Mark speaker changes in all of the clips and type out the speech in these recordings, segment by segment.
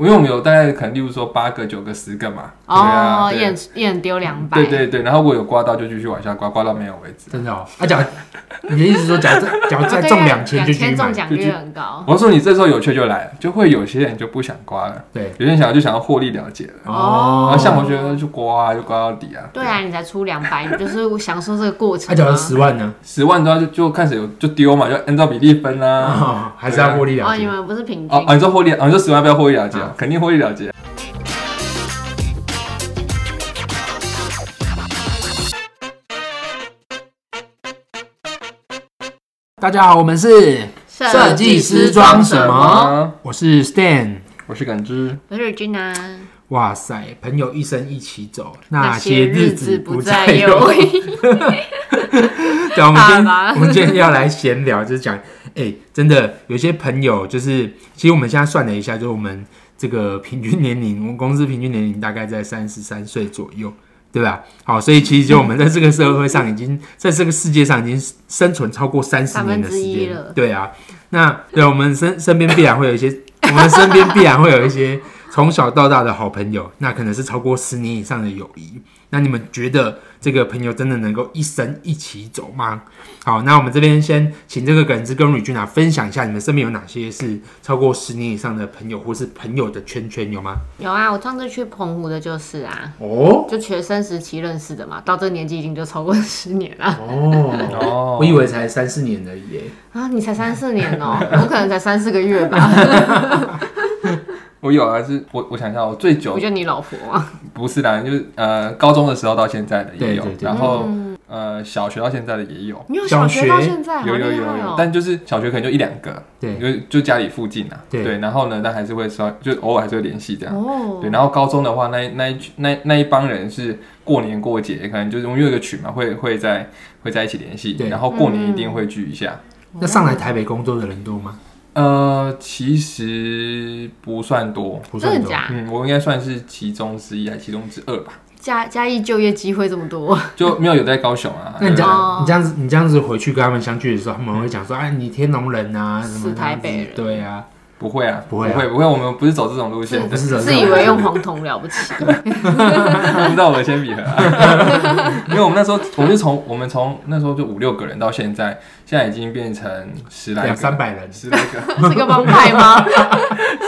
Speaker 1: 因为我们有大概可能，例如说八个、九个、十个嘛，对啊，
Speaker 2: 哦，一
Speaker 1: 对
Speaker 2: 人一人丢两百，
Speaker 1: 对对对，然后我有刮到就继续往下刮，刮到没有为止。
Speaker 3: 真的哦。啊，假如你的意思说，假 如再假如
Speaker 2: 啊，
Speaker 3: 再
Speaker 2: 对
Speaker 3: 中
Speaker 2: 啊
Speaker 3: 两千就继续
Speaker 2: 2000中
Speaker 3: 买？
Speaker 2: 奖
Speaker 1: 就继
Speaker 2: 率
Speaker 1: 续
Speaker 2: 很高。
Speaker 1: 我说你这时候有趣就来了，就会有些人就不想刮了，
Speaker 3: 对，
Speaker 1: 有些人想要就想要获利了结了，然
Speaker 3: 哦
Speaker 1: 后，像我觉得就刮啊，就刮到底啊。
Speaker 2: 对啊，你才出两百，你就是享受这个过程、
Speaker 3: 啊，假如十万呢？
Speaker 1: 十万的话就就看谁有就丢嘛，就按照比例分啦、啊。
Speaker 3: 哦还是要获利
Speaker 2: 哦，
Speaker 3: 了
Speaker 2: 你
Speaker 3: 结。
Speaker 2: 们不是平均？
Speaker 1: 哦、啊，你说获利，啊，你说十万不要获利了结啊，肯定获利了结。
Speaker 3: 大家好，我们是，设计师装什么
Speaker 1: 啊，
Speaker 3: 我是 Stan。
Speaker 1: 我是感知。
Speaker 2: 我是君啊，
Speaker 3: 哇塞，朋友一生一起走，
Speaker 2: 那
Speaker 3: 那些
Speaker 2: 日
Speaker 3: 日子
Speaker 2: 不
Speaker 3: 不
Speaker 2: 再
Speaker 3: 再
Speaker 2: 有
Speaker 3: 有。 对，啊我们今
Speaker 2: 好吧
Speaker 3: 天我们今天要来闲聊，就是讲，哎、真的有些朋友就是，其实我们现在算了一下，就是我们这个平均年龄，我们公司平均年龄大概在三十三岁左右，对吧？好，所以其实就我们在这个社会上已经，在这个世界上已经生存超过三十年的时
Speaker 2: 1/3
Speaker 3: 间
Speaker 2: 了
Speaker 3: 对啊，那对我们身身边必然会有一些，我们身边必然会有一些从小到大的好朋友，那可能是超过十年以上的友谊。那你们觉得这个朋友真的能够一生一起走吗？好，那我们这边先请这个耿直跟吕君啊分享一下，你们身边有哪些是超过十年以上的朋友，或是朋友的圈圈有吗？
Speaker 2: 有啊，我上次去澎湖的就是啊，
Speaker 3: 哦
Speaker 2: 就学生时期认识的嘛，到这个年纪已经就超过十年了
Speaker 3: 哦，
Speaker 1: 哦
Speaker 3: 我以为才三四年而已耶。
Speaker 2: 啊！你才三四年哦、我可能才三四个月吧，
Speaker 1: 我有啊，是我我想一下，我最久
Speaker 2: 我觉得你老婆啊，
Speaker 1: 不是啦，就是呃高中的时候到现在的也有，
Speaker 3: 对对对
Speaker 1: 然后、呃小学到现在的也有，
Speaker 2: 你有
Speaker 3: 小
Speaker 2: 学
Speaker 3: 学
Speaker 2: 到现在，好
Speaker 1: 有
Speaker 2: 厉
Speaker 1: 有有
Speaker 2: 害
Speaker 1: 有
Speaker 2: 哦、，
Speaker 1: 但就是小学可能就一两个，
Speaker 3: 对，
Speaker 1: 就就家里附近啊，
Speaker 3: 对
Speaker 1: 然后呢，但还是会稍就偶尔还是会联系这样。
Speaker 2: 哦
Speaker 1: 对，，然后高中的话，那一那一群那那一帮人是过年过节，可能就是我们有一个群嘛，会会在会在一起联系，
Speaker 3: 对
Speaker 1: 然后过年一定会聚一下。
Speaker 3: 那上来台北工作的人多吗？
Speaker 1: 呃，其实不算多，
Speaker 3: 不算
Speaker 2: 真的
Speaker 3: 多。
Speaker 2: 假？
Speaker 1: 嗯，我应该算是其中之一，还是其中之二吧。
Speaker 2: 嘉嘉义就业机会这么多，
Speaker 1: 就没有有在高雄啊。
Speaker 3: 那你这
Speaker 1: 对
Speaker 2: 哦
Speaker 3: 样，你这样子，你这样子回去跟他们相聚的时候，他们会讲说：“哎，你天龙人啊，什么
Speaker 2: 是
Speaker 3: 这样
Speaker 2: 台
Speaker 3: 子
Speaker 2: 北人
Speaker 3: 对啊，
Speaker 1: 不会啊，
Speaker 3: 不会啊
Speaker 1: 不会，不会，我们不是走这种路线
Speaker 3: 我
Speaker 1: 的
Speaker 3: 不，是人啊
Speaker 2: 自以为用黄铜了不起，
Speaker 1: 不知道我的铅笔盒 啊。因为我们那时候，我们是从我们从那时候就五六个人到现在，现在已经变成十来
Speaker 3: 两
Speaker 1: 个。
Speaker 3: 三百人，
Speaker 1: 十来个，
Speaker 2: 是个帮派吗？啊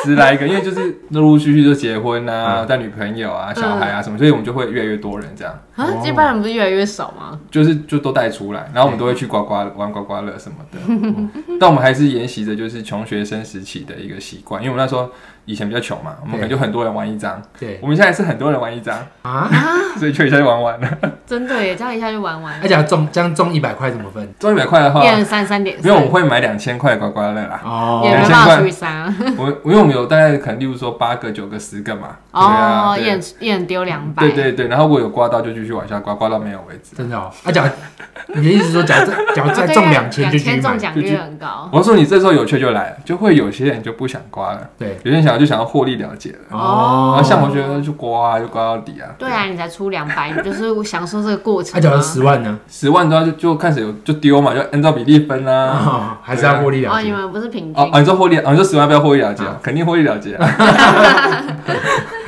Speaker 1: 十来个，因为就是 陆陆续续就结婚
Speaker 3: 嗯
Speaker 1: 啊，带女朋友啊、小孩啊什么，所以我们就会越来越多人这样，
Speaker 2: 啊，
Speaker 3: 哦
Speaker 2: 这帮人不是越来越少吗？
Speaker 1: 就是就都带出来，然后我们都会去刮刮玩刮刮乐什么的。 但我们还是沿袭着就是穷学生时期的一个习惯，因为我们那时候以前比较穷嘛，我们可能就很多人玩一张，
Speaker 3: 对
Speaker 1: 我们现在是很多人玩一张，
Speaker 3: 啊。
Speaker 1: 所以就一下就玩完了。
Speaker 2: 真的耶，这样一下就玩完
Speaker 3: 而，且啊中这样中一百块怎么分？
Speaker 1: 中一百块的话
Speaker 2: 一，人三三点
Speaker 1: 因为我们
Speaker 2: 三，
Speaker 1: 会买两千块的刮刮乐 啦。
Speaker 3: 哦
Speaker 2: 也没
Speaker 1: 2000
Speaker 2: 办法
Speaker 1: 块
Speaker 2: 除以三啊。
Speaker 1: 我们因为我们有大概可能，例如说八个、九个、十个嘛。对啊
Speaker 2: 哦，一
Speaker 1: 对
Speaker 2: 人一人丢两百，
Speaker 1: 对对对，然后我有刮到就继续往下刮，刮到没有为止。
Speaker 3: 真的哦。啊，假如你的意思说，假如再假如
Speaker 2: 啊，
Speaker 3: 再
Speaker 2: 对
Speaker 3: 中
Speaker 2: 啊
Speaker 3: 两千就去
Speaker 2: 2000中
Speaker 3: 买，
Speaker 2: 奖率很高。
Speaker 1: 我说你这时候有趣就来了，就会有些人就不想刮了，
Speaker 3: 对
Speaker 1: 有些人想要就想要获利了结了，然后
Speaker 3: 哦。
Speaker 1: 像我觉得就刮啊，就刮到底啊。
Speaker 2: 对啊，你才出两百，你就是享受这个过程
Speaker 3: 啊，假如
Speaker 2: 啊。
Speaker 3: 十万呢？
Speaker 1: 十万的话就就看谁有就丢嘛，就按照比例分啦。
Speaker 3: 哦，还是要获利
Speaker 2: 哦，
Speaker 3: 了
Speaker 2: 你
Speaker 3: 结。
Speaker 2: 们不是平
Speaker 1: 哦
Speaker 2: 均
Speaker 1: 哦，你说获利，哦你说十万不要获利了结啊，
Speaker 3: 哦
Speaker 1: 肯定获利了结啊。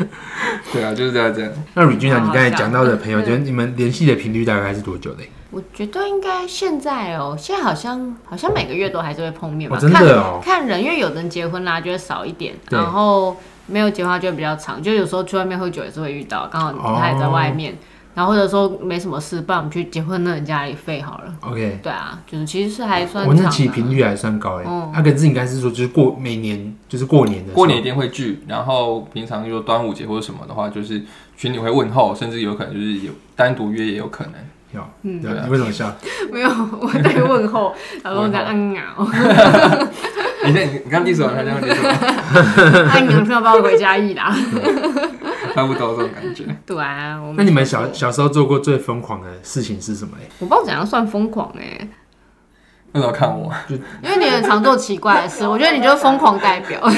Speaker 1: 对啊，就是这样这样。
Speaker 3: 那吕俊啊，你刚才
Speaker 2: 好好笑嗯
Speaker 3: 讲到的朋友，就是你们联系的频率大概是多久的？
Speaker 2: 我觉得应该现在哦，现在好像好像每个月都还是会碰面吧，
Speaker 3: 哦真的
Speaker 2: 看
Speaker 3: 哦
Speaker 2: 看人，因为有的人结婚啦就会少一点，
Speaker 3: 对
Speaker 2: 然后没有结婚就会比较长，就有时候去外面喝酒也是会遇到，刚好他也在外
Speaker 3: 哦
Speaker 2: 面，然后或者说没什么事，不然我们去结婚那人家里费好了。
Speaker 3: OK，
Speaker 2: 对啊，就是其实是还算
Speaker 3: 我
Speaker 2: 长、
Speaker 3: 那
Speaker 2: 啊。
Speaker 3: 起频率还算高哎。
Speaker 2: 嗯
Speaker 3: 啊，可是你刚才是说，就是过每年就是过年的时候
Speaker 1: 过年一定会聚，然后平常就端午节或者什么的话，就是群里会问候，甚至有可能就是有单独约也有可能。
Speaker 3: 有，
Speaker 2: 嗯
Speaker 3: 对啊你为什么笑？
Speaker 2: 没有，我在问候，然后在嗯 啊，
Speaker 1: 你看你你刚第什么？他这样第什么？
Speaker 2: 嗯啊，票包回家一啦。
Speaker 1: 差不多这种感觉。
Speaker 2: 对啊，我
Speaker 3: 那你们
Speaker 2: 我
Speaker 3: 小小时候做过最疯狂的事情是 什么嘞？
Speaker 2: 不知道怎样算疯狂哎、
Speaker 1: 为什么要看我？
Speaker 2: 因为你很常做奇怪的事，我觉得你就是疯狂代表。
Speaker 3: 啊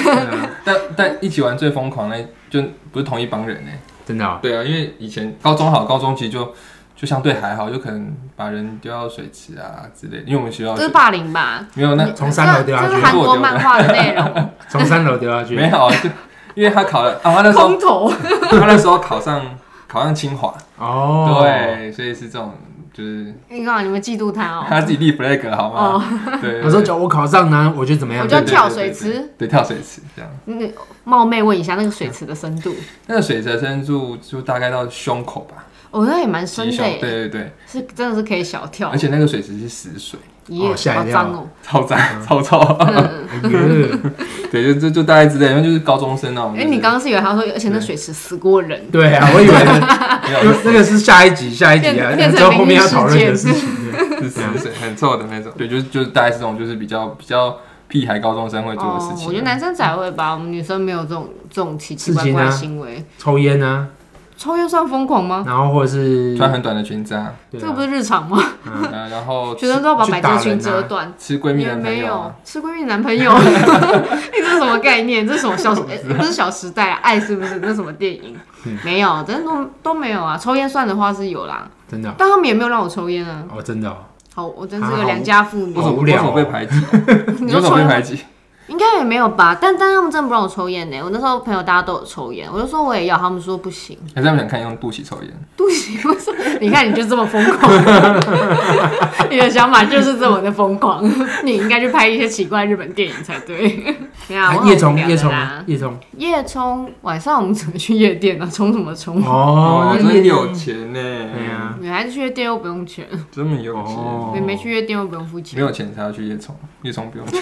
Speaker 1: 但但一起玩最疯狂呢，就不是同一帮人呢。
Speaker 3: 真的哦
Speaker 1: 对啊，因为以前高中好，高中其实就就相对还好，就可能把人丢到水池啊之类的。因为我们学校
Speaker 2: 这是霸凌吧？
Speaker 1: 没有那
Speaker 3: 从三楼掉下
Speaker 2: 这
Speaker 3: 去
Speaker 2: 是，韩国漫画的内容。
Speaker 3: 从三楼掉下 去
Speaker 1: 没，有啊，就因为他考了啊， 他那时候
Speaker 2: 空投，
Speaker 1: 他那时候考上考上清华，
Speaker 3: 哦，，
Speaker 1: 对，所以是这种就是
Speaker 2: 你干嘛？你们嫉妒他哦？
Speaker 1: 他自己立 flag 好吗？ 对，
Speaker 3: 有时候讲我考上呢，我就怎么样？
Speaker 2: 我
Speaker 1: 对
Speaker 2: 就
Speaker 1: 对对
Speaker 2: 哦跳水
Speaker 1: 对
Speaker 2: 池
Speaker 1: 对对，跳水池这样。
Speaker 2: 那冒昧问一下，那个水池的深度，
Speaker 1: 那个水蛇深度就大概到胸口吧，
Speaker 2: 哦，那也蛮深
Speaker 1: 极
Speaker 2: 的
Speaker 1: 胸，对对
Speaker 2: 耶，
Speaker 1: 对，
Speaker 2: 是真的是可以小跳
Speaker 1: 而，且那个水池是死水，
Speaker 2: 耶，
Speaker 3: 哦吓
Speaker 2: 好
Speaker 3: 一跳
Speaker 2: 脏哦，
Speaker 1: 超脏超臭，
Speaker 2: 嗯，
Speaker 3: 哎呦
Speaker 1: 对，就就就大概之类，因为就是高中生那种。
Speaker 2: 因为哎你刚刚是以为他说，而且那水池死过人，
Speaker 3: 对啊，我以为那
Speaker 1: 没有
Speaker 3: 那个是下一集，下一集啊，
Speaker 2: 变变成
Speaker 3: 之后后面要讨论的事情。 对啊
Speaker 1: 是死水，很臭的那种。对，就是就是大概是这种，就是比较比较屁孩高中生会做的事
Speaker 2: 哦，
Speaker 1: 情。啊
Speaker 2: 我觉得男生才会吧，我们女生没有这种这种奇奇怪
Speaker 3: 事情
Speaker 2: 怪
Speaker 3: 啊
Speaker 2: 的行为。
Speaker 3: 抽烟啊，
Speaker 2: 抽烟算疯狂吗？
Speaker 3: 然后或者是
Speaker 1: 穿很短的裙子啊，
Speaker 3: 对啊
Speaker 2: 这个不是日常吗？
Speaker 1: 嗯 然后
Speaker 2: 学生都要把
Speaker 3: 去
Speaker 2: 百
Speaker 3: 打
Speaker 2: 褶裙
Speaker 3: 人啊
Speaker 2: 折断。
Speaker 1: 吃闺蜜
Speaker 2: 也
Speaker 1: 男朋
Speaker 2: 没
Speaker 1: 友
Speaker 2: 有
Speaker 1: 啊，
Speaker 2: 吃闺蜜男朋友， 你这是什么概念？这是什么 小？哎不是《小时代》啊，爱是不是？那什么电影？
Speaker 1: 嗯
Speaker 2: 没有，真的都都没有啊。抽烟算的话是有啦，
Speaker 3: 真的啊
Speaker 2: 但他们也没有让我抽烟啊。
Speaker 3: 哦，真的哦
Speaker 2: 好，我真是
Speaker 3: 啊
Speaker 2: 个
Speaker 3: 好
Speaker 2: 良家妇女
Speaker 1: 为。什么
Speaker 3: 好无聊哦
Speaker 1: 为什么被排挤？
Speaker 2: 你
Speaker 1: 你
Speaker 2: 说
Speaker 1: 为什么
Speaker 2: 抽
Speaker 1: 被
Speaker 2: 烟吗
Speaker 1: 排挤？
Speaker 2: 应该也没有吧？但但他们真的不让我抽烟呢。我那时候朋友大家都有抽烟，我就说我也要，他们说不行，
Speaker 1: 还是他们想看用肚脐抽烟？
Speaker 2: 不行。我说你看你就这么疯狂，你的想法就是这么的疯狂。你应该去拍一些奇怪日本电影才对。没有啊，我
Speaker 3: 啊
Speaker 2: 好
Speaker 3: 叶虫
Speaker 2: 无聊的
Speaker 3: 叶虫
Speaker 2: 啦
Speaker 3: 叶虫
Speaker 2: 夜冲，晚上我们只能去夜店啊，冲什么冲？
Speaker 3: 哦，那
Speaker 1: 真
Speaker 3: 叶
Speaker 1: 有
Speaker 3: 虫
Speaker 1: 钱
Speaker 3: 对
Speaker 1: 呢，
Speaker 3: 啊，
Speaker 2: 女孩子去夜店又不用钱，
Speaker 1: 这么有
Speaker 3: 哦
Speaker 1: 钱，
Speaker 2: 你没去夜店又不用付钱。
Speaker 1: 没有钱才要去夜冲，夜冲 不用钱，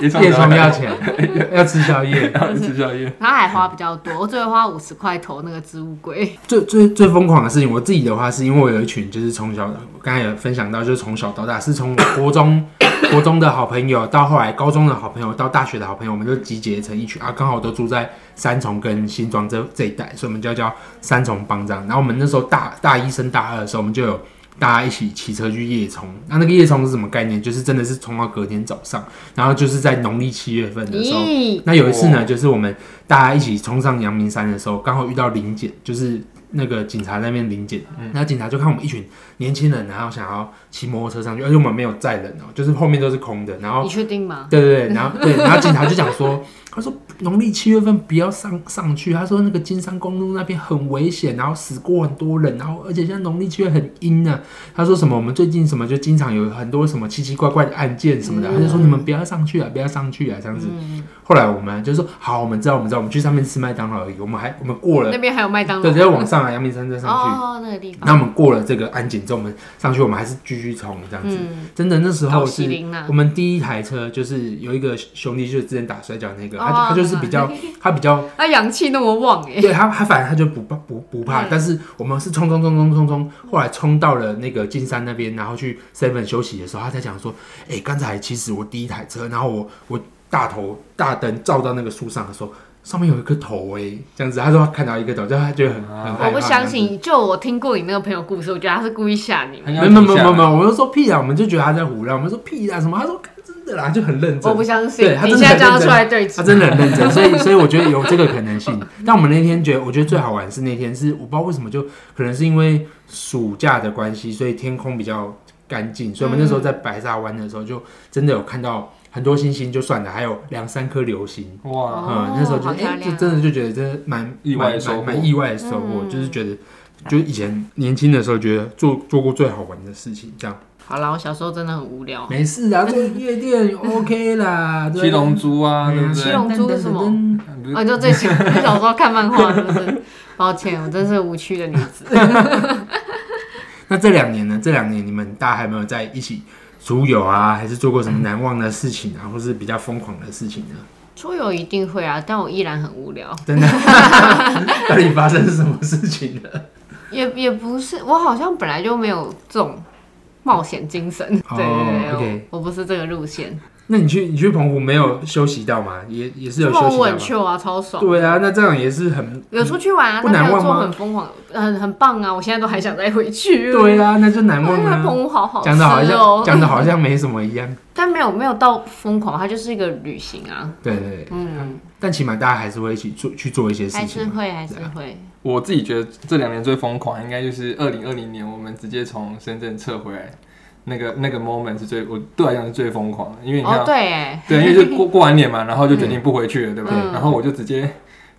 Speaker 1: 夜
Speaker 3: 叶
Speaker 1: 只
Speaker 3: 虫 要钱，要吃宵夜。
Speaker 1: 要吃宵夜。
Speaker 2: 然后还花比较多，我最后花五十块投那个置物柜。
Speaker 3: 最最最疯狂的事情，我自己的话是因为我有一群就是从小，我刚才也分享到，就是从小到大是从我国中国中的好朋友，到后来高中的好朋友，到大学的好朋友，我们就集结成一群啊，刚好都住在三重跟新庄这这一带，所以我们就叫三重帮这样。然后我们那时候大大一升大二的时候，我们就有大家一起骑车去夜冲。那那个夜冲是什么概念？就是真的是冲到隔天早上，然后就是在农历七月份的时候，
Speaker 2: 咦，
Speaker 3: 那有一次
Speaker 1: 哇
Speaker 3: 呢，就是我们大家一起冲上阳明山的时候，刚好遇到临检，就是那个警察在那边临检，那警察就看我们一群年轻人，然后想要骑摩托车上去，而且我们没有载人哦、就是后面都是空的，然后
Speaker 2: 你确定吗？
Speaker 3: 对对对，然后对，然后警察就讲说，他说农历七月份不要上上去，他说那个金山公路那边很危险，然后死过很多人，然后而且现在农历七月很阴呢、他说什么我们最近什么就经常有很多什么奇奇怪怪的案件什么
Speaker 2: 嗯
Speaker 3: 的，他就说你们不要上去啊，不要上去啊这样子。后来我们就说好，我们知道我们知道，我们去上面吃麦当劳而已，我们还我们过了
Speaker 2: 那，边还有麦当劳
Speaker 3: 对，。再往上啊来阳明山再上去。
Speaker 2: 哦，那个地
Speaker 3: 那
Speaker 2: 方。
Speaker 3: 我们过了这个安检之后，我们上去，我们还是继续冲这样子。
Speaker 2: 嗯，
Speaker 3: 真的那时
Speaker 2: 搞
Speaker 3: 候是
Speaker 2: 西林啊
Speaker 3: 我，们第一台车就是有一个兄弟，就是之前打摔跤那个，
Speaker 2: 哦
Speaker 3: 他就他就是 比较他比较，
Speaker 2: 那氧气那么旺哎。
Speaker 3: 对他他反正他就不怕不不怕，
Speaker 2: 嗯
Speaker 3: 但是我们是冲冲冲冲冲冲，后来冲到了那个金山那边，然后去 seven 休息的时候，他才讲说，哎、刚才其实我第一台车，然后我我大头大灯照到那个树上的时候。上面有一颗头哎、这样子，他说他看到一个头，就他就很很害怕
Speaker 2: 我不相
Speaker 3: 这样子。
Speaker 2: 信，就我听过你那个朋友故事，我觉得他是故意吓你们。
Speaker 1: 很想
Speaker 3: 没有没有没
Speaker 1: 停下
Speaker 3: 有
Speaker 1: 来
Speaker 3: 没有，我就说屁啊，我们就觉得他在胡乱，我们说屁啊什么，他说真的啦，就很认真。
Speaker 2: 我不相
Speaker 3: 对
Speaker 2: 信，
Speaker 3: 他
Speaker 2: 你
Speaker 3: 真
Speaker 2: 现
Speaker 3: 的
Speaker 2: 在叫他
Speaker 3: 很认真
Speaker 2: 出来对
Speaker 3: 他
Speaker 2: 峙。
Speaker 3: 真的很认真，所以所以我觉得有这个可 能性。但我们那天觉得，我觉得最好玩是那天是我不知道为什么就，可能是因为暑假的关系，所以天空比较干净，所以我们那
Speaker 1: 嗯
Speaker 3: 时候在白沙湾的时候，就真的有看到很多星星，就算了，还有两三颗流星。
Speaker 1: 哇，
Speaker 2: 哦
Speaker 3: 嗯，那时候就
Speaker 2: 好漂
Speaker 3: 哎、
Speaker 2: 亮
Speaker 3: 就真的就觉得真的蛮
Speaker 1: 哦意外的收获嗯
Speaker 3: 蛮蛮意外的收获，就是觉得就是以前年轻的时候觉得做做过最好玩的事情，这样
Speaker 2: 好啦，我小时候真的很无聊。
Speaker 3: 没事啊，做夜店 OK 啦，对哎
Speaker 1: 七龙珠啊，对不
Speaker 2: 七
Speaker 1: 对？
Speaker 2: 龙珠是什么？
Speaker 1: 不是
Speaker 2: 哦 我就最喜欢小时候看漫画，是不是？抱歉，我真是无趣的女子。
Speaker 3: 那这两年呢？这两年你们大家还有没有在一起出游啊？还是做过 什么难忘的事情啊，或是比较疯狂的事情呢？
Speaker 2: 出游一定会啊，但我依然很无聊。
Speaker 3: 真的，到底发生什么事情了？
Speaker 2: 也也不是，我好像本来就没有这种冒险精神。
Speaker 3: 哦
Speaker 2: 对对对
Speaker 3: OK
Speaker 2: 我我不是这个路线。
Speaker 3: 那你去你去澎湖没有休息到吗？也也是有休
Speaker 2: 澎湖
Speaker 3: 息到
Speaker 2: 很
Speaker 3: 吗？
Speaker 2: chill 啊，超爽。
Speaker 3: 对啊，那这样也是很
Speaker 2: 有出去玩啊，
Speaker 3: 不
Speaker 2: 但
Speaker 3: 难
Speaker 2: 没有
Speaker 3: 忘
Speaker 2: 做
Speaker 3: 吗
Speaker 2: 很疯狂，很很棒啊！我现在都还想再回去。哎
Speaker 3: 对啊，那就难
Speaker 2: 我
Speaker 3: 忘
Speaker 2: 觉得澎
Speaker 3: 啊。
Speaker 2: 湖好好吃
Speaker 3: 讲的好
Speaker 2: 哦
Speaker 3: 像，讲的好像没什么一样，
Speaker 2: 但没有没有到疯狂，它就是一个旅行啊。
Speaker 3: 对对对。
Speaker 2: 嗯，
Speaker 3: 但起码大家还是会一起做去做一些事
Speaker 2: 还是
Speaker 3: 情嘛。
Speaker 1: 啊
Speaker 2: 会还是会。
Speaker 1: 我自己觉得这两年最疯狂，应该就是二零二零年，我们直接从深圳撤回来，那个那个 moment 是最我对我来讲是最疯狂的，因为你看
Speaker 2: 哦，对，哎，
Speaker 1: 啊对，因为就过过完年嘛，然后就决定不回去了，对不对？
Speaker 2: 嗯
Speaker 1: 然后我就直接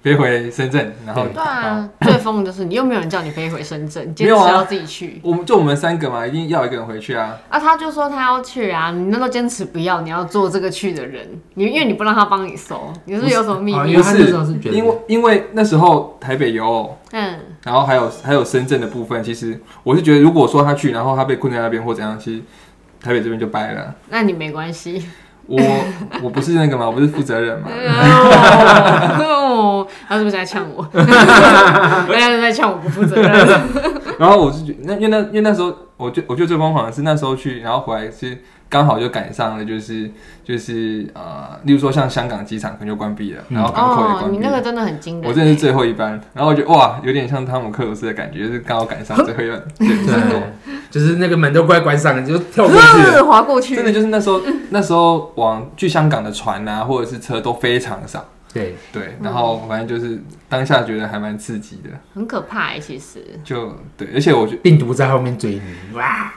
Speaker 1: 飞回深圳，然后
Speaker 2: 对啊，最疯的就是你又没有人叫你飞回深 圳，你坚
Speaker 1: 没有
Speaker 2: 持
Speaker 1: 啊
Speaker 2: 要自己去。
Speaker 1: 我们就我们三个嘛，一定要一个人回去啊。
Speaker 2: 啊，他就说他要去啊，你那都坚持不要，你要做这个去的人，你因为你不让他帮你搜，你是不是有什么秘
Speaker 3: 啊
Speaker 2: 密
Speaker 3: 因？为他那时候是觉得
Speaker 1: 因为因为那时候台北有偶，
Speaker 2: 嗯，
Speaker 1: 然后还有还有深圳的部分，其实我是觉得，如果说他去，然后他被困在那边或怎样，其实台北这边就掰了。
Speaker 2: 那你没 关系。
Speaker 1: 我我不是那个嘛，我不是负责人嘛。
Speaker 2: 哦，他是不是在呛我？ 人家是在呛我不负责 任。
Speaker 1: 然后我是觉得，那因为那因为那时候，我觉我觉得最疯狂的是那时候去，然后回来是刚好就赶上了，就是就是呃，例如说像香港机场可能就关闭了，
Speaker 3: 嗯
Speaker 1: 然后港口也
Speaker 2: 哦，
Speaker 1: 关
Speaker 2: 你
Speaker 1: 闭
Speaker 2: 那
Speaker 1: 了。
Speaker 2: 个真的很惊人。
Speaker 1: 我真的是最后一班，然后我觉得哇，有点像汤姆克鲁斯的感觉，就是刚好赶上最后一班，对，差不多
Speaker 3: 就是那个门都快关上了，你就跳过去 了。
Speaker 2: 呃 划过去，
Speaker 1: 真的就是那时候， 那时候往去香港的船啊，或者是车都非常少。
Speaker 3: 对，
Speaker 1: 对，然后反正就是当下觉得还蛮刺激的，
Speaker 2: 很可怕哎，其实。
Speaker 1: 就对，而且我觉得，
Speaker 3: 病毒在后面追你，哇，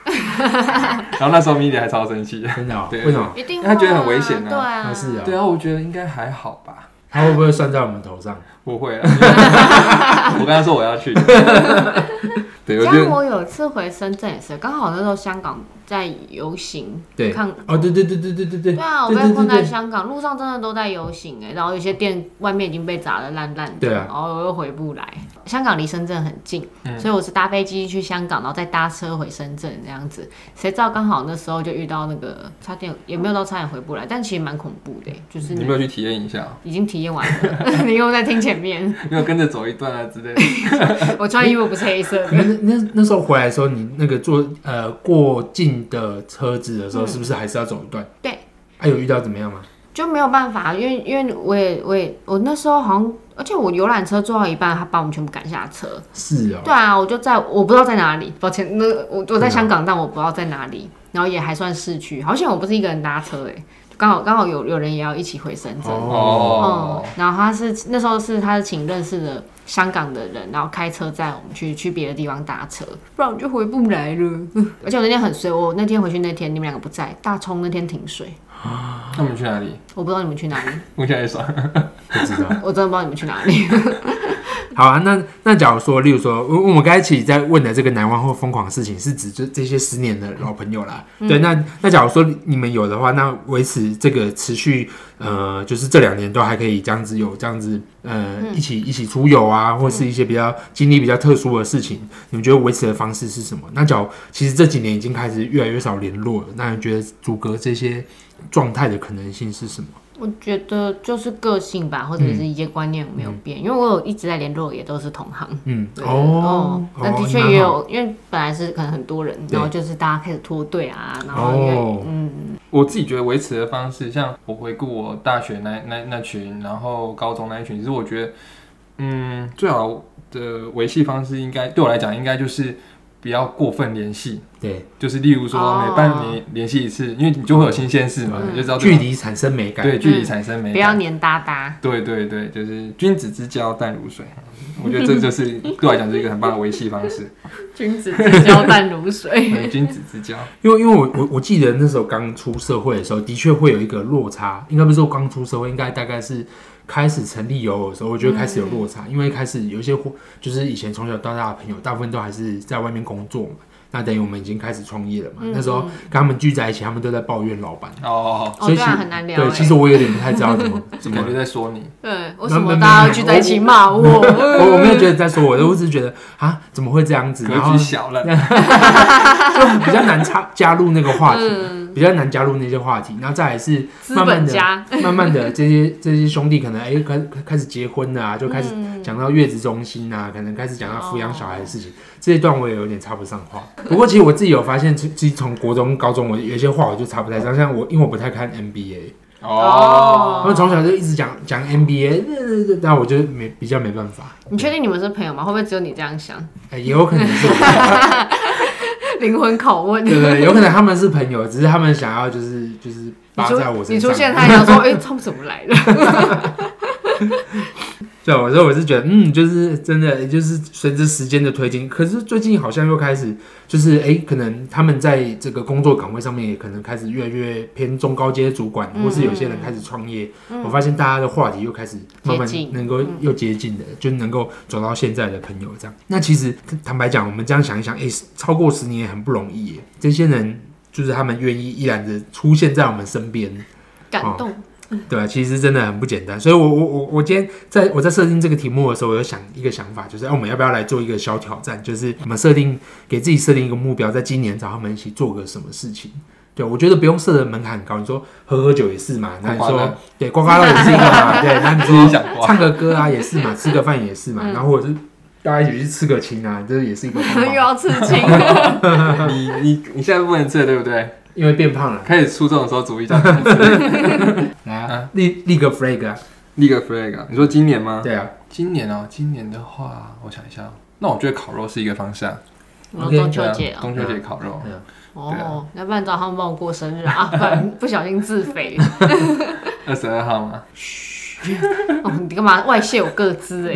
Speaker 1: 然后那时候米莉还超生气，
Speaker 3: 真的、哦？
Speaker 1: 对
Speaker 3: 为什么？
Speaker 2: 一定
Speaker 1: 他觉得
Speaker 2: 会
Speaker 1: 很危险啊
Speaker 2: 对啊，
Speaker 3: 啊是啊
Speaker 1: 对啊，我觉得应该还好吧，
Speaker 3: 他会不会算在我们头上？
Speaker 1: 不会啊， 我跟他说我要去，对，我觉
Speaker 2: 像
Speaker 1: 得
Speaker 2: 我有一次回深圳也是，刚好那时候香港在游行，
Speaker 3: 对，
Speaker 2: 看
Speaker 3: 哦，对对对对对对对，
Speaker 2: 对啊，我
Speaker 3: 对
Speaker 2: 被困在
Speaker 3: 对对
Speaker 2: 香港，路上真的都在游行哎、然后有些店外面已经被砸得烂烂的，
Speaker 3: 对啊
Speaker 2: 然后我又回不来。香港离深圳很近，
Speaker 1: 嗯
Speaker 2: 所以我是搭飞机去香港，然后再搭车回深圳这样子。谁知道刚好那时候就遇到那个差点也没有到差点回不来，但其实蛮恐怖的欸、就是
Speaker 1: 你有没有去体验一下，哦
Speaker 2: 已经体验完了， 你又在听前面，
Speaker 1: 有没有跟着走一段啊之类的，
Speaker 2: 我穿衣服不是黑色
Speaker 3: 你
Speaker 2: 的，
Speaker 3: 们那那那时候回来的时候，你那个坐呃过境的车子的时候，是不是还是要走一段？
Speaker 2: 对，
Speaker 3: 还、有遇到怎么样吗？
Speaker 2: 就没有办法，因为因为我也我也我那时候好像，而且我游览车坐到一半，他把我们全部赶下车，
Speaker 3: 是哦，
Speaker 2: 对啊，我就在我不知道在哪里，抱歉，那我我在香港，但我不知道在哪里，然后也还算市区，好险我不是一个人搭车哎、欸，就刚好刚好有有人也要一起回深圳，
Speaker 1: 哦
Speaker 2: 嗯，然后他是那时候是他是请认识的香港的人，然后开车载我们去去别的地方搭车，不然我就回不来了。 而且我那天很衰，我那天回去那天你们两个不在，大冲那天停水，
Speaker 1: 那我们去哪里？
Speaker 2: 我不知道你们去哪里，
Speaker 1: 我现在爽，
Speaker 3: 不知道。
Speaker 2: 我真的不知道你们去哪里。
Speaker 3: 好啊，那那假如说，例如说，我我们刚才其实在问的这个难忘或疯狂的事情，是指就这些十年的老朋友啦。
Speaker 2: 嗯
Speaker 3: 对，那那假如说你们有的话，那维持这个持续，呃，就是这两年都还可以这样子有这样子，呃，
Speaker 2: 嗯
Speaker 3: 一起一起出游啊，或是一些比较经历比较特殊的事情，你们觉得维持的方式是什么？那假如其实这几年已经开始越来越少联络了，那你觉得阻隔这些状态的可能性是什么？
Speaker 2: 我觉得就是个性吧，或者是一些观念没有变，因为我有一直在联络，也都是同行。
Speaker 3: 嗯，
Speaker 2: 对
Speaker 3: 哦，
Speaker 2: 那的确
Speaker 3: 蛮好
Speaker 2: 也有，因为本来是可能很多人，
Speaker 3: 对
Speaker 2: 然后就是大家开始脱队啊，然后因为、
Speaker 3: 哦
Speaker 2: 嗯，
Speaker 1: 我自己觉得维持的方式，像我回顾我大学那那那群，然后高中那一群，其实我觉得，嗯，最好的维系方式应该对我来讲，应该就是不要过分联系，
Speaker 3: 对，
Speaker 1: 就是例如说
Speaker 2: 哦
Speaker 1: 每半年联系一次，因为你就会有新鲜事嘛，
Speaker 2: 嗯
Speaker 1: 你就知道
Speaker 3: 距离产生美感。
Speaker 1: 对距离产生美
Speaker 2: 不要
Speaker 1: 感。
Speaker 2: 黏哒哒。
Speaker 1: 对对对，就是君子之交淡如水，我觉得这就是对我来讲是一个很棒的维系方 式。
Speaker 2: 君子 之交淡如水。
Speaker 1: 嗯君子之交，
Speaker 3: 因为因为我我我记得那时候刚出社会的时候，的确会有一个落差，应该不是说刚出社会，应该大概是开始成立友偶的时候，我觉得开始有落
Speaker 2: 嗯
Speaker 3: 差，因为开始有一些伙就是以前从小到大的朋友，大部分都还是在外面工作嘛，那等于我们已经开始创业了嘛，
Speaker 2: 嗯
Speaker 3: 那时候跟他们聚在一起，他们都在抱怨老板。
Speaker 1: 哦，
Speaker 2: 哦，
Speaker 3: 所以
Speaker 2: 对
Speaker 3: 其
Speaker 2: 啊，很难聊、欸。
Speaker 3: 对，其实我有点不太知道怎么怎么
Speaker 1: 感觉在说你。
Speaker 2: 对，为什么大家要聚在一起骂 我？
Speaker 3: 我我没有觉得在说我的，我只是觉得啊，怎么会这样子？
Speaker 1: 格
Speaker 3: 然后
Speaker 1: 局小了，
Speaker 3: 就比较难插加入那个话题，
Speaker 2: 嗯
Speaker 3: 比较难加入那些话题。然后再来是
Speaker 2: 资
Speaker 3: 慢慢
Speaker 2: 本
Speaker 3: 的、
Speaker 2: 家。
Speaker 3: 慢慢的这些这些兄弟可能哎、开开始结
Speaker 2: 嗯
Speaker 3: 婚了啊，就开始讲到月子中心啊，可能开始讲
Speaker 2: 哦
Speaker 3: 到抚养小孩的事情。这一段我也有点插不上话。不过其实我自己有发现，其其实从国中、高中，我有些话我就插不太
Speaker 2: 哦
Speaker 3: 上。像我因为我不太看 NBA，
Speaker 1: 哦，
Speaker 3: 他们从小就一直讲讲 NBA，呃那我就没比较没办法。
Speaker 2: 你确定你们是朋友吗？会不会只有你这样想？
Speaker 3: 哎也有可能是我，
Speaker 2: 灵魂拷问。
Speaker 3: 对对对，有可能他们是朋友，只是他们想要就是就是
Speaker 2: 你
Speaker 3: 扒
Speaker 2: 出
Speaker 3: 在我身上。
Speaker 2: 你出现，他也想说，哎、他们怎么来的？
Speaker 3: 对，我说我是觉得，嗯，就是真的，就是随着时间的推进，可是最近好像又开始，就是哎，可能他们在这个工作岗位上面也可能开始越来越偏中高阶主管，或是有
Speaker 2: 嗯
Speaker 3: 些人开始创业，我发现大家的话题又开始慢慢
Speaker 2: 接近嗯
Speaker 3: 能够又接近的，就能够走到现在的朋友这样。那其实坦白讲，我们这样想一想，哎，超过十年也很不容易耶，这些人就是他们愿意依然的出现在我们身边。
Speaker 2: 感动，
Speaker 3: 对啊，其实真的很不简单。所以我我我我今天在我在设定这个题目的时候，我有想一个想法，就是哎、我们要不要来做一个小挑战？就是我们设定给自己设定一个目标，在今年找他们一起做个什么事情。对，我觉得不用设的门槛很高。你说喝喝酒也是嘛，那你
Speaker 1: 刮刮乐
Speaker 3: 说对刮刮乐也是一个嘛，对，那你
Speaker 1: 自己
Speaker 3: 说
Speaker 1: 想刮，
Speaker 3: 唱个歌啊也是嘛，吃个饭也是嘛，然后或者是大家一起去吃个青啊，这也是一个 方
Speaker 2: 又
Speaker 3: 法。
Speaker 2: 要刺青，
Speaker 1: 你你你现在不能吃了，对不对？
Speaker 3: 因为变胖了，
Speaker 1: 开始出这种时候主意 叫什么
Speaker 3: 来啊，立立个 flag 啊，
Speaker 1: 立个 flag 啊。你说今年吗？
Speaker 3: 对啊，
Speaker 1: 今年哦，今年的话，我想一下哦，那我觉得烤肉是一个方向。
Speaker 2: 然后中秋
Speaker 1: 对
Speaker 2: 节
Speaker 1: 啊
Speaker 2: 啊，
Speaker 1: 中秋节烤肉。对啊
Speaker 2: 哦，那不然找他们帮我过生日啊，啊 不然不小心自肥。
Speaker 1: 二十二号吗？
Speaker 2: 哦，你干嘛外泄我个资哎？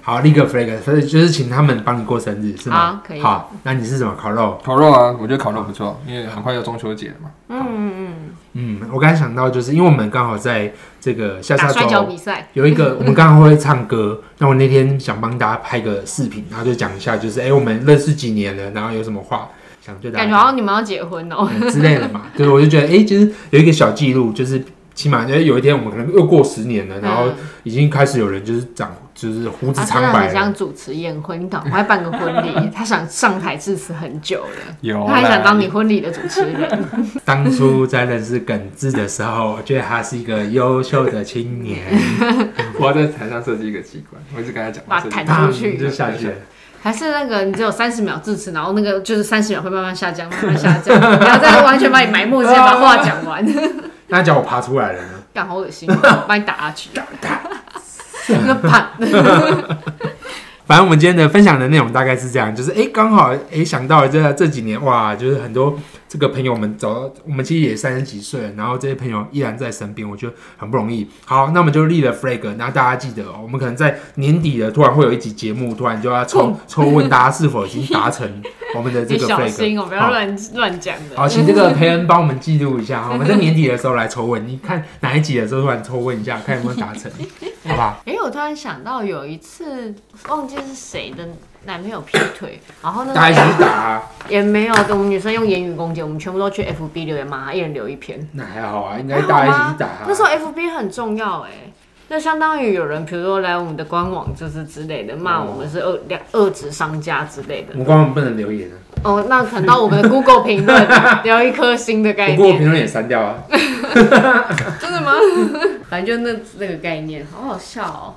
Speaker 3: 好，立个 flag，所以就是请他们帮你过生日 是吗？
Speaker 2: 啊好可以
Speaker 3: 好，那你是什么烤肉？
Speaker 1: 烤肉啊，我觉得烤肉不错，因为很快要中秋节了嘛。
Speaker 2: 嗯嗯
Speaker 3: 嗯，我刚才想到，就是因为我们刚好在这个下
Speaker 2: 嗯，打
Speaker 3: 下
Speaker 2: 摔跤
Speaker 3: 周
Speaker 2: 比赛，
Speaker 3: 有一个，我 们刚好会唱歌。那我那天想帮大家拍个视频，然后就讲一下，就是哎、我们认识几年了，然后有什么话想对大啊家
Speaker 2: 感觉好像你们要结婚哦。
Speaker 3: 嗯之类 的嘛。对，我就觉得哎、其实有一个小记录，就是起码就是有一天我们可能又过十年了，然后
Speaker 2: 嗯啊
Speaker 3: 已经开始有人就是长就是胡子
Speaker 2: 他
Speaker 3: 长
Speaker 2: 真的
Speaker 3: 白
Speaker 2: 很
Speaker 3: 了。
Speaker 2: 想主持宴婚的，我还办个婚 礼，他想上台致辞很久了，
Speaker 3: 哦
Speaker 1: 有
Speaker 2: 他
Speaker 1: 啦，
Speaker 2: 还想当你婚礼的主持人。
Speaker 3: 当初在认识耿志的时候，我觉得他是一个优秀的青 年。
Speaker 1: 我要在台上设计一个机关，我一直跟他讲
Speaker 2: 把
Speaker 1: 设计
Speaker 2: 弹
Speaker 1: 机关
Speaker 2: 出去
Speaker 3: 就下去了。
Speaker 2: 还是那个，你只有三十秒致辞，然后那个就是三十秒会慢慢下降，慢慢下降，然后再完全把你埋没，直接把话讲 完，
Speaker 3: 那叫我爬出来了呢？
Speaker 2: 干好恶心哦，我把你打下去， 那啪，
Speaker 3: 反正我们今天的分享的内容大概是这样，就是哎，刚、好哎、诶想到了这这几年哇，就是很多这个朋友们走到，我们其实也三十几岁了，然后这些朋友依然在身边，我觉得很不容易。好，那我们就立了 flag，那大家记得、哦，我们可能在年底的突然会有一集节目，突然就要抽抽问大家是否已经达成我们的这
Speaker 2: 你
Speaker 3: 个
Speaker 2: 小
Speaker 3: flag。
Speaker 2: 心哦，不要乱乱讲的。
Speaker 3: 好，请这个培恩帮我们记录一下哈，我们在年底的时候来抽问，你看哪一集的时候突然抽问一下，看有没有达成，好吧？
Speaker 2: 哎、我突然想到有一次忘记是谁的男朋友劈腿，然后那时候
Speaker 3: 大家一起去打、啊，
Speaker 2: 也没有，我们女生用言语攻击，我们全部都去 FB 留言骂他，一人留一篇。哎
Speaker 3: 那还好啊，应该大家一起去打、啊。
Speaker 2: 那时候 FB 很重要哎、那相当于有人，比如说来我们的官网就是之类的，骂我们是恶两恶职商家之类的
Speaker 3: 我。们官网不能留言啊，
Speaker 2: 哦，那可能到我 们的 Google 评论留一颗星的概
Speaker 3: 不过我
Speaker 2: 念，
Speaker 3: 评论也删掉啊。
Speaker 2: 真的吗？反正就那那个概念，好好笑哦。